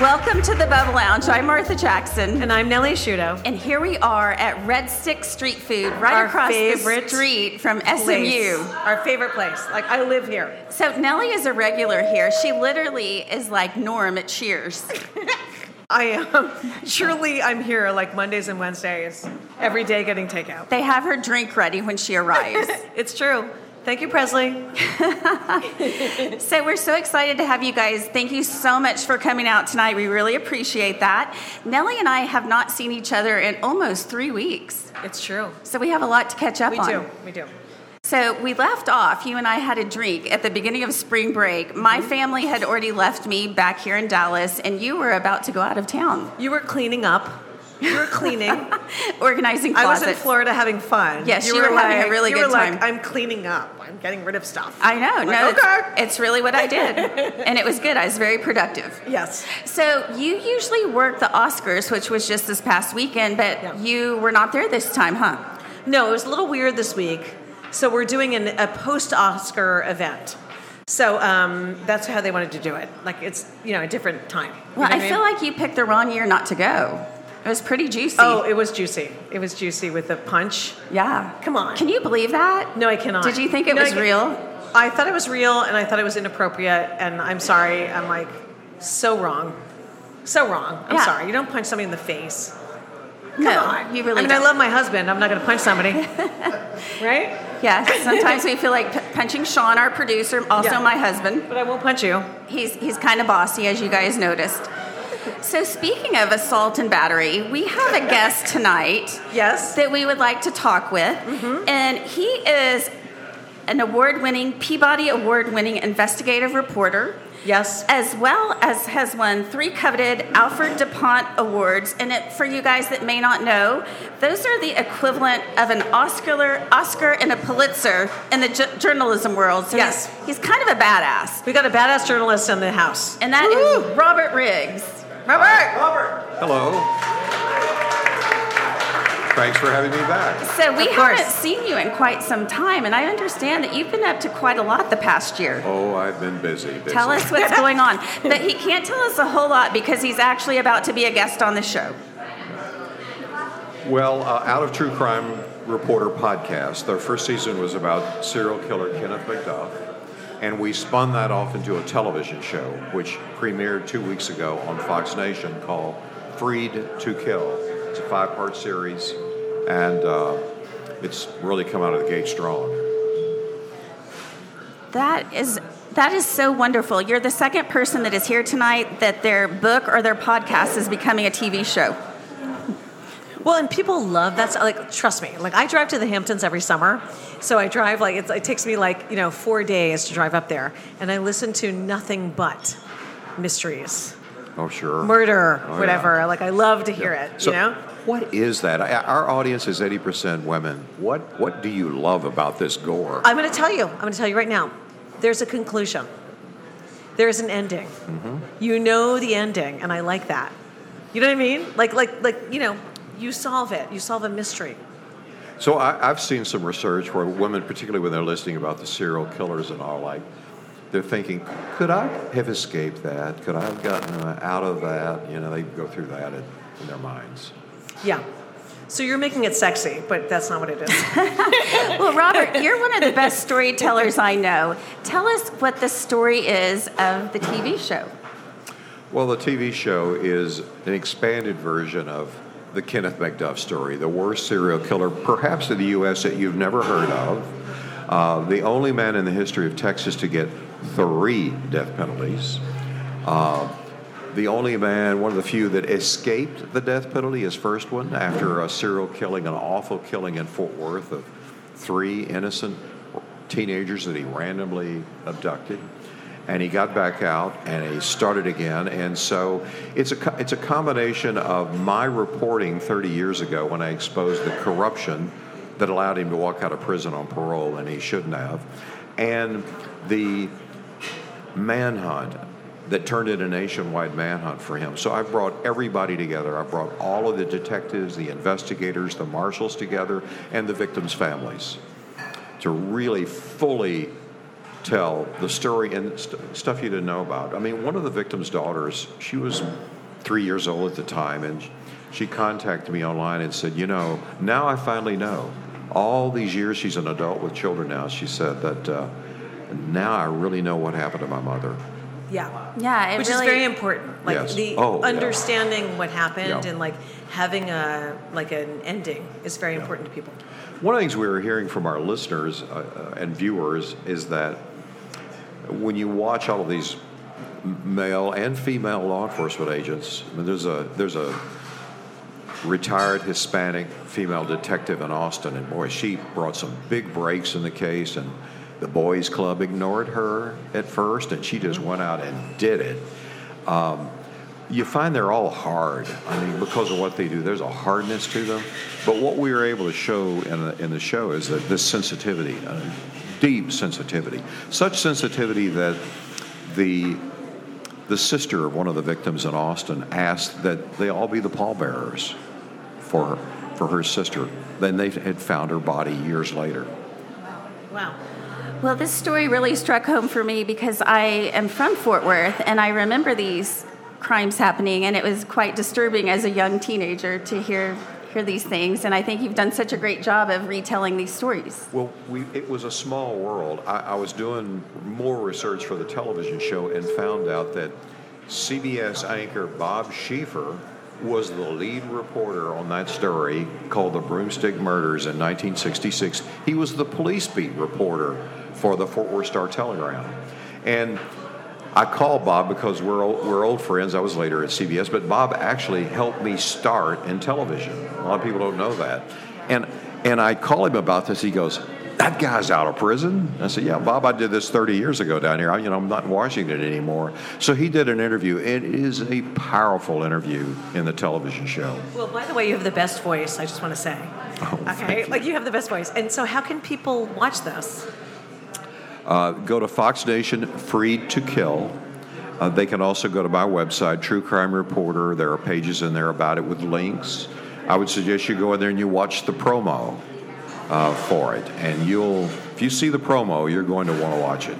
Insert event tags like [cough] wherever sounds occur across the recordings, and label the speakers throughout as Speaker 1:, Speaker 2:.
Speaker 1: Welcome to the Bub Lounge. I'm Martha Jackson.
Speaker 2: And I'm Nellie Shudo.
Speaker 1: And here we are at Red Stick Street Food, right
Speaker 2: Our
Speaker 1: across the
Speaker 2: favorite
Speaker 1: street from SMU.
Speaker 2: Our favorite place. Like, I live here.
Speaker 1: So Nellie is a regular here. She literally is like Norm at Cheers.
Speaker 2: I [laughs] am. Surely I'm here like Mondays and Wednesdays, every day getting takeout.
Speaker 1: They have her drink ready when she
Speaker 2: [laughs]
Speaker 1: arrives.
Speaker 2: It's true. Thank you, Presley.
Speaker 1: so we're so excited to have you guys. Thank you so much for coming out tonight. We really appreciate that. Nellie and I have not seen each other in almost three weeks.
Speaker 2: It's true.
Speaker 1: So we have a lot to catch up
Speaker 2: We
Speaker 1: on.
Speaker 2: do. We do.
Speaker 1: So we left off. You and I had a drink at the beginning of spring break. My
Speaker 2: Mm-hmm.
Speaker 1: family had already left me back here in Dallas, and you were about to go out of town [laughs]
Speaker 2: You were cleaning up. You were cleaning.
Speaker 1: organizing
Speaker 2: I
Speaker 1: closets.
Speaker 2: was in Florida having fun.
Speaker 1: Yes, you were having a really
Speaker 2: you
Speaker 1: good
Speaker 2: were like,
Speaker 1: time.
Speaker 2: I'm cleaning up. I'm getting rid of stuff.
Speaker 1: I know.
Speaker 2: Like,
Speaker 1: no,
Speaker 2: okay.
Speaker 1: it's, it's really what I did,
Speaker 2: [laughs]
Speaker 1: and it was good. I was very productive.
Speaker 2: yes.
Speaker 1: So you usually work the Oscars, which was just this past weekend, but
Speaker 2: Yeah.
Speaker 1: you were not there this time, huh?
Speaker 2: No, it was a little weird this week. So we're doing an, a post-Oscar event. So um, that's how they wanted to do it. Like it's you know a different time. You
Speaker 1: Well,
Speaker 2: know
Speaker 1: I
Speaker 2: what
Speaker 1: feel
Speaker 2: mean?
Speaker 1: like you picked the wrong year not to go. It was pretty juicy.
Speaker 2: Oh, it was juicy. It was juicy with the punch.
Speaker 1: yeah.
Speaker 2: Come on.
Speaker 1: Can you believe that?
Speaker 2: No, I cannot.
Speaker 1: Did you think it
Speaker 2: No, I
Speaker 1: was
Speaker 2: ca-
Speaker 1: real?
Speaker 2: I thought it was real, and I thought it was inappropriate, and I'm sorry. I'm like so wrong, so wrong. I'm
Speaker 1: Yeah.
Speaker 2: sorry. You don't punch somebody in the face.
Speaker 1: no,
Speaker 2: Come on.
Speaker 1: you really
Speaker 2: I mean,
Speaker 1: don't.
Speaker 2: I love my husband. I'm not going to
Speaker 1: [laughs]
Speaker 2: punch somebody, right?
Speaker 1: Yeah, sometimes we feel like p- punching Sean, our producer, also
Speaker 2: Yeah.
Speaker 1: my husband.
Speaker 2: But I won't punch you.
Speaker 1: He's he's kind of bossy, as you guys noticed. So speaking of assault and battery, we have a guest tonight
Speaker 2: Yes.
Speaker 1: that we would like to talk with, and he is an award-winning Peabody Award-winning investigative reporter.
Speaker 2: Yes.
Speaker 1: As well as has won three coveted Alfred DuPont Awards. And it, for you guys that may not know, those are the equivalent of an Oscar, Oscar and a Pulitzer in the ju- journalism world. So
Speaker 2: Yes.
Speaker 1: he's, he's kind of a badass.
Speaker 2: We got a badass journalist in the house.
Speaker 1: And that is
Speaker 2: Woo!
Speaker 1: Robert Riggs.
Speaker 2: Robert.
Speaker 3: Hello. Thanks for having me back.
Speaker 1: So we
Speaker 2: Of course.
Speaker 1: haven't seen you in quite some time, and I understand that you've been up to quite a lot the past year.
Speaker 3: Oh, I've been busy. busy.
Speaker 1: Tell us
Speaker 2: [laughs]
Speaker 1: what's going on. But he can't tell us a whole lot because he's actually about to be a guest on the show.
Speaker 3: Well, uh, Out of True Crime Reporter podcast, their first season was about serial killer Kenneth McDuff, and we spun that off into a television show, which premiered two weeks ago on Fox Nation called Freed to Kill. It's a five part series, and uh, it's really come out of the gate strong.
Speaker 1: That is that is so wonderful. You're the second person that is here tonight that their book or their podcast is becoming a TV show.
Speaker 2: Well, and people love that's like trust me. Like I drive to the Hamptons every summer, so I drive like it's, it takes me like you know four days to drive up there, and I listen to nothing but mysteries,
Speaker 3: Oh, sure.
Speaker 2: murder,
Speaker 3: Oh, yeah.
Speaker 2: whatever. Like I love to hear it.
Speaker 3: So
Speaker 2: you know,
Speaker 3: What is that? I, our audience is 80% women. What what do you love about this gore?
Speaker 2: I'm going to tell you. I'm going to tell you right now. There's a conclusion. There is an ending.
Speaker 3: Mm-hmm.
Speaker 2: You know the ending, and I like that. You know what I mean? Like like like you know, you solve it. You solve a mystery.
Speaker 3: so I, I've seen some research where women, particularly when they're listening about the serial killers and all, like they're thinking, could I have escaped that? Could I have gotten uh, out of that? You know, they go through that in, in their minds.
Speaker 2: Yeah. So you're making it sexy, but that's not what it is.
Speaker 1: Well, Robert, you're one of the best storytellers I know. Tell us what the story is of the TV show.
Speaker 3: Well, the TV show is an expanded version of the Kenneth McDuff story, the worst serial killer perhaps in the U.S. that you've never heard of, uh, the only man in the history of Texas to get three death penalties. Uh, the only man, one of the few that escaped the death penalty, his first one, after a serial killing, an awful killing in Fort Worth of three innocent teenagers that he randomly abducted. And he got back out and he started again. And so it's a, co- it's a combination of my reporting 30 years ago when I exposed the corruption that allowed him to walk out of prison on parole and he shouldn't have, and the manhunt that turned into a nationwide manhunt for him. So I've brought everybody together. I've brought all of the detectives, the investigators, the marshals together, and the victims' families to really fully tell the story and st- stuff you didn't know about. I mean, one of the victim's daughters, she was three years old at the time, and she contacted me online and said, You know, now I finally know. All these years, she's an adult with children now. She said that uh, now I really know what happened to my mother.
Speaker 2: [laughs] Yeah.
Speaker 1: Yeah, it
Speaker 2: Which
Speaker 1: really-
Speaker 2: is very important. Like
Speaker 3: Yes.
Speaker 2: the
Speaker 3: Oh, yeah.
Speaker 2: understanding what happened
Speaker 3: Yeah.
Speaker 2: and like having a like an ending is very important to people.
Speaker 3: One of the things we were hearing from our listeners uh, uh, and viewers is that when you watch all of these m- male and female law enforcement agents, I mean, there's a there's a retired Hispanic female detective in Austin, and boy, she brought some big breaks in the case, and the boys' club ignored her at first, and she just went out and did it. Um, you find they're all hard. I mean, because of what they do, there's a hardness to them. But what we were able to show in the, in the show is that this sensitivity, uh, deep sensitivity, such sensitivity that the the sister of one of the victims in Austin asked that they all be the pallbearers for her, for her sister. Then they had found her body years later.
Speaker 2: Wow.
Speaker 1: Well, this story really struck home for me because I am from Fort Worth and I remember these crimes happening, and it was quite disturbing as a young teenager to hear hear these things. And I think you've done such a great job of retelling these stories.
Speaker 3: Well, we, it was a small world. I, I was doing more research for the television show and found out that CBS anchor Bob Schieffer was the lead reporter on that story called The Broomstick Murders in 1966. He was the police beat reporter for the Fort Worth Star Telegram. And I called Bob because we're old, we're old friends. I was later at CBS, but Bob actually helped me start in television. A lot of people don't know that. And and I call him about this. He goes, "That guy's out of prison." I said, "Yeah, Bob, I did this 30 years ago down here. I, you know, I'm not in Washington anymore." So he did an interview. It is a powerful interview in the television show.
Speaker 2: Well, by the way, you have the best voice, I just want to say.
Speaker 3: Oh,
Speaker 2: okay. Like you have the best voice. And so how can people watch this?
Speaker 3: Uh, go to Fox Nation, Freed to Kill. Uh, they can also go to my website, True Crime Reporter. There are pages in there about it with links. I would suggest you go in there and you watch the promo uh, for it. And you'll, if you see the promo, you're going to want to watch it.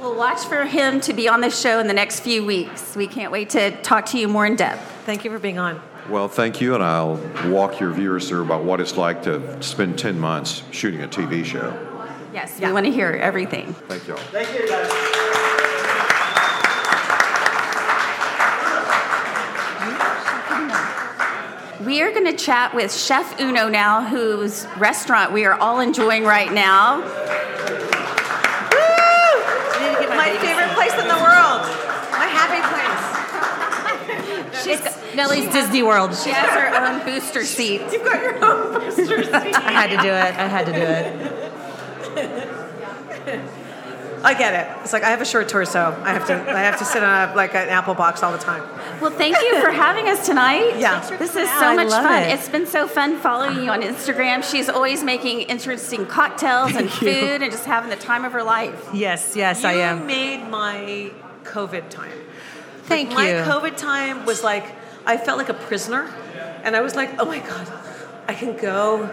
Speaker 1: We'll watch for him to be on the show in the next few weeks. We can't wait to talk to you more in depth.
Speaker 2: Thank you for being on.
Speaker 3: Well, thank you, and I'll walk your viewers through about what it's like to spend 10 months shooting a TV show.
Speaker 1: Yes,
Speaker 2: Yeah.
Speaker 1: we want to hear everything.
Speaker 3: Thank you all.
Speaker 4: Thank you, guys.
Speaker 1: We are going to chat with Chef Uno now, whose restaurant we are all enjoying right now.
Speaker 2: My favorite place in the world. My happy place.
Speaker 1: She's,
Speaker 5: Nelly's Disney World.
Speaker 1: she has her own booster seat.
Speaker 2: You've got your own booster
Speaker 5: [laughs] I had to do it. I had to do it.
Speaker 2: I get it. It's like I have a short torso. I have to I have to sit on a, like an apple box all the time.
Speaker 1: Well, thank you [laughs] for having us tonight.
Speaker 2: Yeah.
Speaker 1: This is
Speaker 5: out.
Speaker 1: so
Speaker 5: I
Speaker 1: much
Speaker 5: love
Speaker 1: fun.
Speaker 5: it.
Speaker 1: has been so fun following you on Instagram. She's always making interesting cocktails and
Speaker 5: Thank you.
Speaker 1: food and just having the time of her life.
Speaker 5: Yes, yes, I
Speaker 2: you
Speaker 5: am.
Speaker 2: made my COVID time.
Speaker 5: Thank
Speaker 2: my
Speaker 5: you.
Speaker 2: COVID time was like I felt like a prisoner, and I was like, oh my god, I can go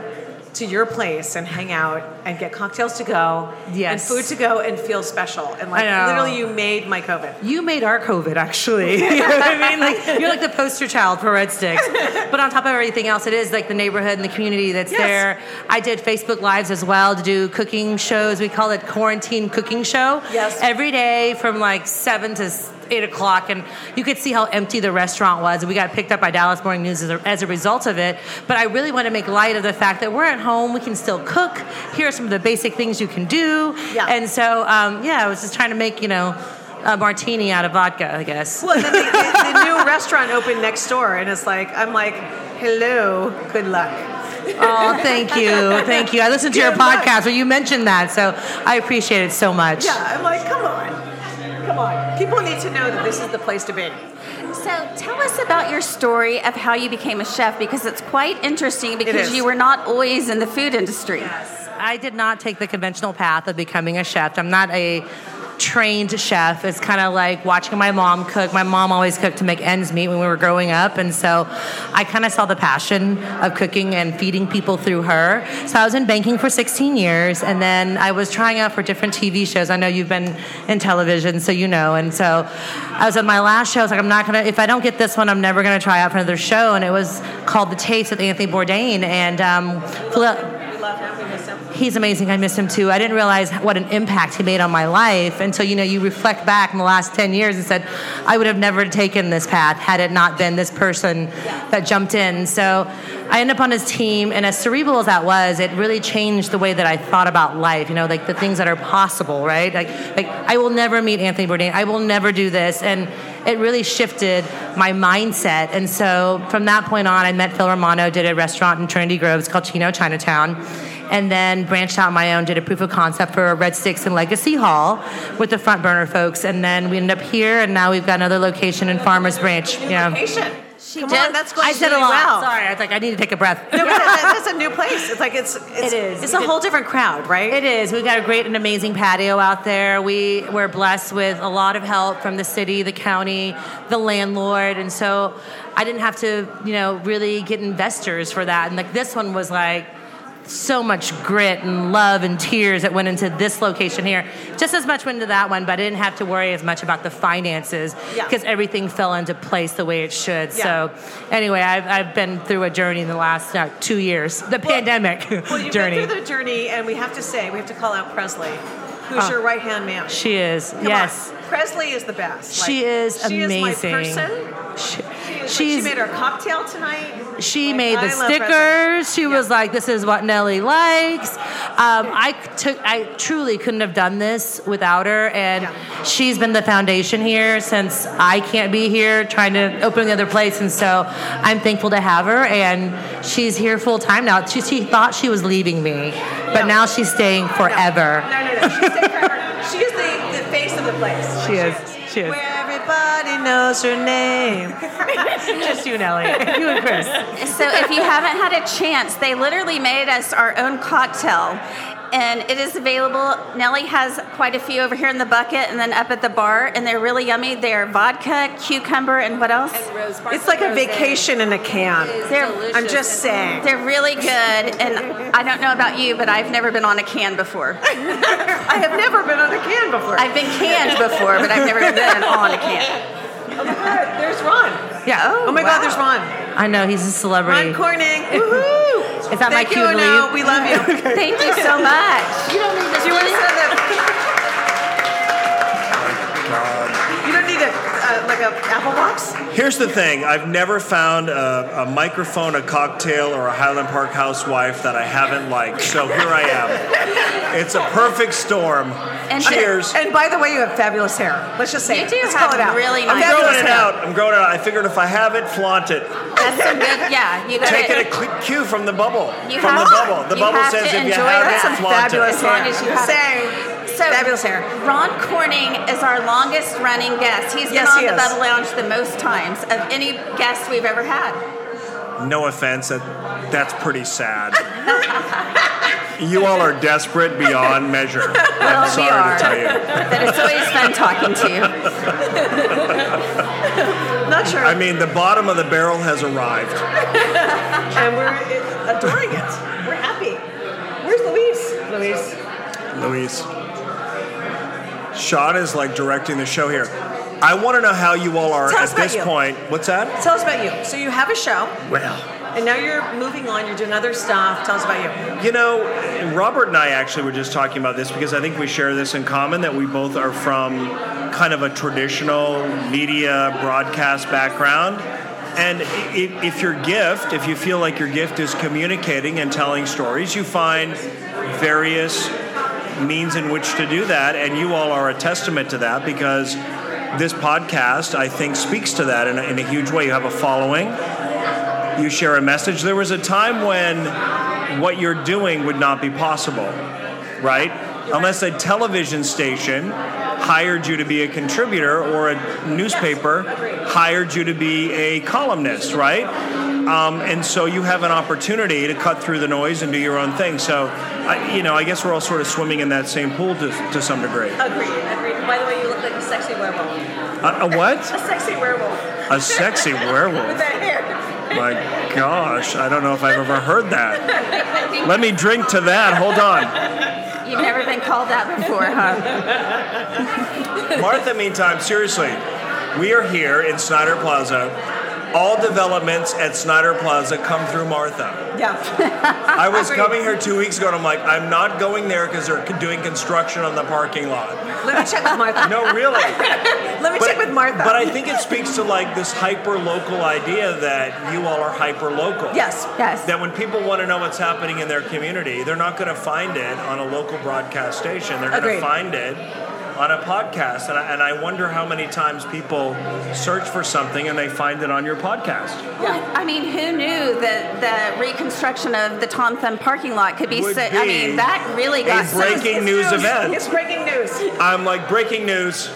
Speaker 2: to your place and hang out and get cocktails to go and
Speaker 5: Yes.
Speaker 2: food to go and feel special and like
Speaker 5: I know.
Speaker 2: literally you made my COVID.
Speaker 5: You made our COVID, actually. [laughs] you know what I mean? Like you're like the poster child for Red Sticks. But on top of everything else, it is like the neighborhood and the community that's
Speaker 2: Yes.
Speaker 5: there. I did Facebook Lives as well to do cooking shows. We call it quarantine cooking show.
Speaker 2: Yes.
Speaker 5: Every day from like seven to s- eight o'clock, and you could see how empty the restaurant was. We got picked up by Dallas Morning News as a, as a result of it. But I really want to make light of the fact that we're at home. We can still cook. Here are some of the basic things you can do.
Speaker 2: Yeah.
Speaker 5: And so, um, yeah, I was just trying to make, you know, a martini out of vodka, I guess.
Speaker 2: Well, and then the, the, the new restaurant opened next door, and it's like I'm like, hello, good luck.
Speaker 5: Oh, thank you. Thank you. I listened to your
Speaker 2: Good luck.
Speaker 5: podcast where you mentioned that, so I appreciate it so much.
Speaker 2: Yeah, I'm like, come on. Come on. People need to know that this is the place to be.
Speaker 1: So tell us about your story of how you became a chef because it's quite interesting because
Speaker 2: is.
Speaker 1: you were not always in the food industry.
Speaker 5: I did not take the conventional path of becoming a chef. I'm not a trained chef. It's kind of like watching my mom cook. My mom always cooked to make ends meet when we were growing up, and so I kind of saw the passion of cooking and feeding people through her. So I was in banking for 16 years, and then I was trying out for different TV shows. I know you've been in television, so you know. And so I was at my last show. I was like, I'm not gonna. If I don't get this one, I'm never gonna try out for another show. And it was called The Taste with Anthony Bourdain, and um, Phil- he's amazing. I miss him too. I didn't realize what an impact he made on my life until you know you reflect back in the last ten years and said, I would have never taken this path had it not been this person that jumped in. So I ended up on his team, and as cerebral as that was, it really changed the way that I thought about life. You know, like the things that are possible, right? Like, like I will never meet Anthony Bourdain. I will never do this, and it really shifted my mindset. And so from that point on, I met Phil Romano, did a restaurant in Trinity Grove, it's called Chino Chinatown and then branched out on my own, did a proof of concept for Red Sticks and Legacy Hall with the front burner folks, and then we ended up here, and now we've got another location in Farmers Branch. Yeah.
Speaker 2: Patient. Come
Speaker 5: Yeah.
Speaker 2: on, that's going
Speaker 5: I said
Speaker 2: really
Speaker 5: a lot.
Speaker 2: well.
Speaker 5: Sorry, I was like, I need to take a breath. [laughs]
Speaker 2: No, but that- that's a new place. It's like it's, it's
Speaker 5: It is.
Speaker 2: It's a whole different crowd, right?
Speaker 5: It is. We've got a great and amazing patio out there. We we're blessed with a lot of help from the city, the county, the landlord, and so I didn't have to, you know, really get investors for that. And like this one was like so much grit and love and tears that went into this location here. Just as much went into that one, but I didn't have to worry as much about the finances
Speaker 2: Yeah.
Speaker 5: because everything fell into place the way it should.
Speaker 2: Yeah.
Speaker 5: So anyway, I've, I've been through a journey in the last uh, two years, the pandemic
Speaker 2: Well, you've
Speaker 5: journey.
Speaker 2: been through the journey, and we have to say we have to call out Presley, who's
Speaker 5: Oh.
Speaker 2: your right hand man.
Speaker 5: She is.
Speaker 2: Come
Speaker 5: yes.
Speaker 2: on. Presley is the best.
Speaker 5: She is
Speaker 2: she
Speaker 5: amazing.
Speaker 2: Is my person. She, is,
Speaker 5: She,
Speaker 2: like, she
Speaker 5: she's,
Speaker 2: made our cocktail tonight.
Speaker 5: she
Speaker 2: Like,
Speaker 5: made
Speaker 2: I
Speaker 5: the
Speaker 2: love Presley.
Speaker 5: stickers. She was
Speaker 2: Yeah.
Speaker 5: like, "This is what Nelly likes." Um, I took. I truly couldn't have done this without her, and
Speaker 2: Yeah.
Speaker 5: she's been the foundation here since I can't be here, trying to open the other place. And so I'm thankful to have her, and she's here full time now. She, she thought she was leaving me, but
Speaker 2: No.
Speaker 5: now she's staying
Speaker 2: No.
Speaker 5: forever.
Speaker 2: No, no, no. She's staying forever. She is the, the face of the place.
Speaker 5: [laughs] She is. She is.
Speaker 2: Where everybody knows her name.
Speaker 5: [laughs] Just you, Nelly. You and Chris.
Speaker 1: So if you haven't had a chance, they literally made us our own cocktail. And it is available. Nellie has quite a few over here in the bucket and then up at the bar, and they're really yummy. They're vodka, cucumber, and what else?
Speaker 2: It's like a vacation in a can.
Speaker 1: They're,
Speaker 2: I'm just saying.
Speaker 1: they're really good. And I don't know about you, but I've never been on a can before.
Speaker 2: I have never been on a can before.
Speaker 1: I've been canned before, but I've never been on a can.
Speaker 2: oh my God, there's Ron.
Speaker 5: Yeah.
Speaker 2: Oh my
Speaker 1: wow.
Speaker 2: God, there's Ron.
Speaker 5: I know he's a celebrity.
Speaker 2: Ron Corning. Woohoo!
Speaker 5: Is that my
Speaker 2: Thank
Speaker 5: cue
Speaker 2: you, Ono.
Speaker 5: to leave?
Speaker 2: We love you.
Speaker 1: Thank you so much.
Speaker 2: you don't need to. Do you want to send a- You don't need a uh, like a apple box.
Speaker 4: Here's the thing I've never found a, a microphone, a cocktail, or a Highland Park housewife that I haven't liked. So here I am. It's a perfect storm.
Speaker 1: And-
Speaker 4: Cheers.
Speaker 2: And by the way, you have fabulous hair. Let's just say
Speaker 1: You
Speaker 2: it.
Speaker 1: do
Speaker 2: Let's
Speaker 1: have
Speaker 2: call it out.
Speaker 1: really
Speaker 2: A
Speaker 1: nice
Speaker 4: I'm growing
Speaker 2: fabulous
Speaker 4: it
Speaker 2: hair.
Speaker 4: out. I'm growing it out. I figured if I have it, flaunt it.
Speaker 1: That's some good. Yeah, you got
Speaker 4: Take
Speaker 1: it.
Speaker 4: it a cl- cue from the bubble.
Speaker 1: You
Speaker 4: from
Speaker 1: have
Speaker 4: the
Speaker 1: to-
Speaker 4: bubble. The
Speaker 1: you
Speaker 4: bubble
Speaker 1: have
Speaker 4: says
Speaker 1: to
Speaker 4: if you
Speaker 1: enjoy
Speaker 4: have
Speaker 1: that.
Speaker 2: That's some
Speaker 4: it, flaunt it.
Speaker 2: fabulous
Speaker 1: As
Speaker 2: hair.
Speaker 1: long as you have it.
Speaker 2: Same.
Speaker 1: So
Speaker 2: fabulous hair.
Speaker 1: Ron Corning is our longest running guest. He's been
Speaker 2: Yes,
Speaker 1: on
Speaker 2: he
Speaker 1: the
Speaker 2: is.
Speaker 1: Bubble Lounge the most times of any guest we've ever had.
Speaker 4: No offense, that, that's pretty sad. you all are desperate beyond measure.
Speaker 1: [laughs] Well, we
Speaker 4: I'm sorry
Speaker 1: are.
Speaker 4: to tell you.
Speaker 1: But it's always fun talking to you.
Speaker 2: Not sure.
Speaker 4: I mean, the bottom of the barrel has arrived.
Speaker 2: and we're uh, adoring it. We're happy. Where's Louise? Louise.
Speaker 4: Luis. Sean is like directing the show here. I want to know how you all are
Speaker 2: Tell us
Speaker 4: at
Speaker 2: about
Speaker 4: this
Speaker 2: you.
Speaker 4: point. What's that?
Speaker 2: Tell us about you. So you have a show,
Speaker 4: Well,
Speaker 2: and now you're moving on. You're doing other stuff. Tell us about you.
Speaker 4: You know, Robert and I actually were just talking about this because I think we share this in common that we both are from kind of a traditional media broadcast background. And i- i- if your gift, if you feel like your gift is communicating and telling stories, you find various means in which to do that. And you all are a testament to that because this podcast, I think, speaks to that in a, in a huge way. You have a following you share a message. There was a time when what you're doing would not be possible, right? Unless a television station hired you to be a contributor or a newspaper hired you to be a columnist, right? Um, and so you have an opportunity to cut through the noise and do your own thing. So, I, you know, I guess we're all sort of swimming in that same pool to, to some degree.
Speaker 2: Agreed, agreed. By the way, you look like a sexy werewolf.
Speaker 4: A, a what?
Speaker 2: A sexy werewolf.
Speaker 4: A sexy
Speaker 2: With
Speaker 4: werewolf.
Speaker 2: that hair.
Speaker 4: My gosh, I don't know if I've ever heard that. Let me drink to that. Hold on.
Speaker 1: You've never been called that before, huh?
Speaker 4: Martha, meantime, seriously, we are here in Snyder Plaza. All developments at Snyder Plaza come through Martha.
Speaker 2: Yeah.
Speaker 4: I was coming here two weeks ago and I'm like, I'm not going there because they're doing construction on the parking lot.
Speaker 2: Let me check with Martha.
Speaker 4: No,
Speaker 2: [laughs]
Speaker 4: really.
Speaker 2: Let me check with Martha.
Speaker 4: But I think it speaks to like this hyper local idea that you all are hyper local.
Speaker 2: yes.
Speaker 1: Yes.
Speaker 4: That when people want to know what's happening in their community, they're not going to find it on a local broadcast station. They're going
Speaker 2: Agreed.
Speaker 4: to find it on a podcast. And I, and I wonder how many times people search for something and they find it on your podcast.
Speaker 1: Well, I mean, who knew that the reconstruction of the Tom Thumb parking lot could be
Speaker 4: Would
Speaker 1: so? I
Speaker 4: be
Speaker 1: mean, that really
Speaker 4: a
Speaker 1: got so-
Speaker 4: breaking
Speaker 1: it's
Speaker 4: news event.
Speaker 2: It's breaking news.
Speaker 4: I'm like, breaking news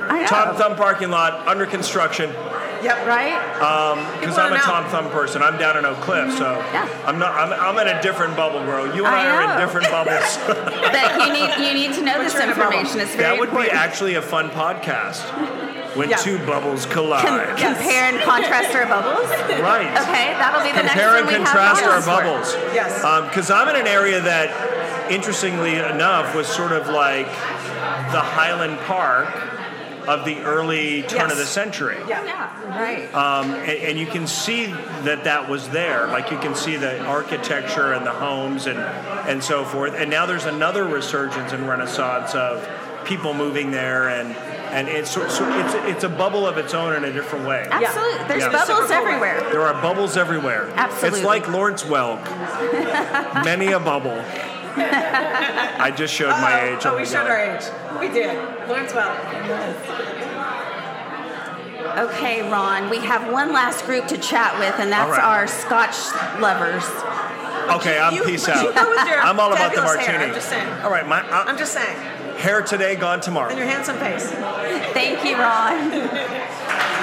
Speaker 1: I know,
Speaker 4: Tom Thumb parking lot under construction.
Speaker 2: Yep.
Speaker 1: right?
Speaker 4: Because
Speaker 2: People
Speaker 4: I'm a
Speaker 2: don't know.
Speaker 4: Tom Thumb person. I'm down in Oak Cliff, so
Speaker 1: Mm-hmm. Yeah.
Speaker 4: I'm not. I'm, I'm in a different bubble, girl. You and
Speaker 1: I
Speaker 4: I, are in
Speaker 1: know. [laughs]
Speaker 4: different bubbles.
Speaker 1: that you need you need to know this
Speaker 2: in a bubble.
Speaker 1: information. It's very
Speaker 4: that would
Speaker 1: important.
Speaker 4: be actually a fun podcast when
Speaker 2: Yeah.
Speaker 4: two bubbles
Speaker 1: Com-
Speaker 4: collide.
Speaker 1: Compare and contrast our bubbles.
Speaker 4: Right.
Speaker 1: Okay, that'll be the
Speaker 4: Compare
Speaker 1: next
Speaker 4: and
Speaker 1: one we
Speaker 4: contrast
Speaker 1: have
Speaker 4: our
Speaker 1: on Oxford.
Speaker 4: bubbles.
Speaker 2: Yes.
Speaker 4: Because I'm in an area that, interestingly enough, was sort of like the Highland Park of the early turn
Speaker 2: Yes.
Speaker 4: of the century.
Speaker 1: Yeah,
Speaker 2: Right.
Speaker 4: Um, and, and you can see that that was there. Like you can see the architecture and the homes and, and so forth. And now there's another resurgence and renaissance of people moving there, and and it's sort- sort- it's it's a bubble of its own in a different way.
Speaker 1: absolutely. There's
Speaker 4: Yeah.
Speaker 1: bubbles
Speaker 2: Super cool.
Speaker 1: everywhere.
Speaker 4: There are bubbles everywhere.
Speaker 1: Absolutely.
Speaker 4: It's like Lawrence
Speaker 2: [laughs]
Speaker 4: Welk. Many a bubble. I just showed my age.
Speaker 2: Oh,
Speaker 4: my
Speaker 2: we showed
Speaker 4: God.
Speaker 2: our age. We did. Lawrence well.
Speaker 1: Okay, Ron, we have one last group to chat with, and that's
Speaker 4: All right.
Speaker 1: our Scotch lovers.
Speaker 4: Okay, I'm
Speaker 2: you-
Speaker 4: peace
Speaker 2: but [laughs]
Speaker 4: out.
Speaker 2: you go with your
Speaker 4: [laughs] I'm all about the
Speaker 2: fabulous
Speaker 4: martini.
Speaker 2: hair, I'm just saying.
Speaker 4: All right, my uh,
Speaker 2: I'm just saying.
Speaker 4: hair today, gone tomorrow.
Speaker 2: And your handsome face.
Speaker 1: Thank you, Ron.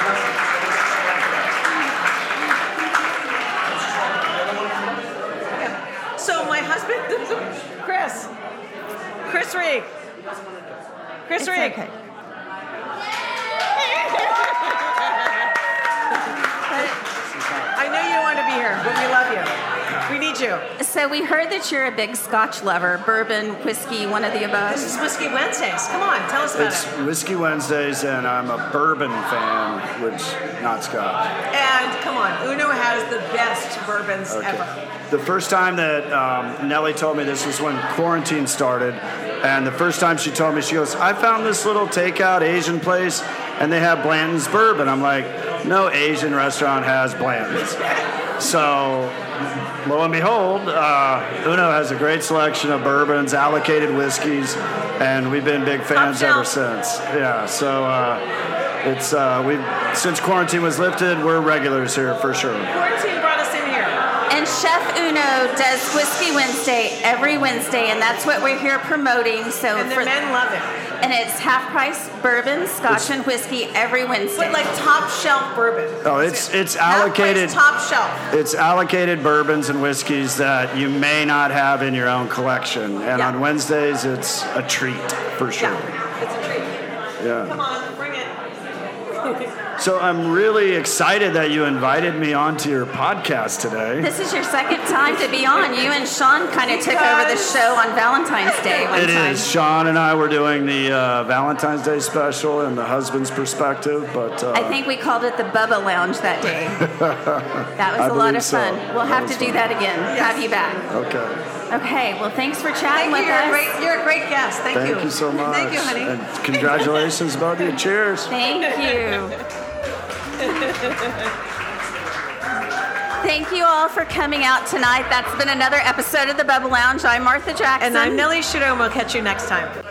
Speaker 2: So my husband, [laughs] Chris, Chris Reek, Chris
Speaker 1: It's
Speaker 2: Reek.
Speaker 1: okay.
Speaker 2: I know you want to be here, but we love you. We need you.
Speaker 1: So we heard that you're a big Scotch lover, bourbon, whiskey, one of the above.
Speaker 2: This is Whiskey Wednesdays. Come on, tell us about
Speaker 6: It's
Speaker 2: it.
Speaker 6: Whiskey Wednesdays, and I'm a bourbon fan, which not Scotch.
Speaker 2: And come on, Uno has the best bourbons ever.
Speaker 6: The first time that um, Nellie told me this was when quarantine started, and the first time she told me, she goes, "I found this little takeout Asian place, and they have Blanton's bourbon." I'm like, "No Asian restaurant has Blanton's." So, lo and behold, uh, Uno has a great selection of bourbons, allocated whiskeys, and we've been big fans
Speaker 2: Top
Speaker 6: ever
Speaker 2: shelf.
Speaker 6: since. Yeah, so uh, it's uh, we since quarantine was lifted, we're regulars here for sure.
Speaker 2: Quarantine brought us in here.
Speaker 1: And Chef Uno does Whiskey Wednesday every Wednesday, and that's what we're here promoting. So
Speaker 2: And the
Speaker 1: for-
Speaker 2: men love it.
Speaker 1: and it's half price bourbon, Scotch, and whiskey every Wednesday.
Speaker 2: But like top shelf bourbon.
Speaker 6: Oh, it's- it's
Speaker 2: Half price
Speaker 6: allocated-
Speaker 2: Top shelf.
Speaker 6: It's allocated bourbons and whiskeys that you may not have in your own collection, and
Speaker 2: Yeah.
Speaker 6: on Wednesdays it's a treat for sure.
Speaker 2: Yeah, it's a treat.
Speaker 6: Yeah.
Speaker 2: Come on, bring
Speaker 1: [laughs]
Speaker 2: it.
Speaker 6: So I'm really excited that you invited me onto your podcast today.
Speaker 1: This is your second time to be on. You and Sean kind of took over the show on Valentine's Day one
Speaker 6: It
Speaker 1: time.
Speaker 6: is. Sean and I were doing the uh, Valentine's Day special and the husband's perspective, but uh,
Speaker 1: I think we called it the Bubba Lounge that
Speaker 6: [laughs]
Speaker 1: day. that
Speaker 6: I
Speaker 1: was a lot
Speaker 6: believe
Speaker 1: of fun.
Speaker 6: so.
Speaker 1: We'll
Speaker 6: That
Speaker 1: have
Speaker 6: was
Speaker 1: to do
Speaker 6: fun.
Speaker 1: that again. Have you back.
Speaker 6: okay.
Speaker 1: Okay, well, thanks for chatting
Speaker 2: Thank
Speaker 1: with
Speaker 2: you. You're a
Speaker 1: us.
Speaker 2: great, you're a great guest. Thank,
Speaker 6: Thank
Speaker 2: you.
Speaker 6: you so much.
Speaker 2: Thank you, honey.
Speaker 6: And
Speaker 2: [laughs]
Speaker 6: congratulations, buddy. Cheers.
Speaker 1: Thank you. Thank you all for coming out tonight. That's been another episode of the Bubba Lounge. I'm Martha Jackson.
Speaker 2: And I'm Nellie Shudo, and we'll catch you next time.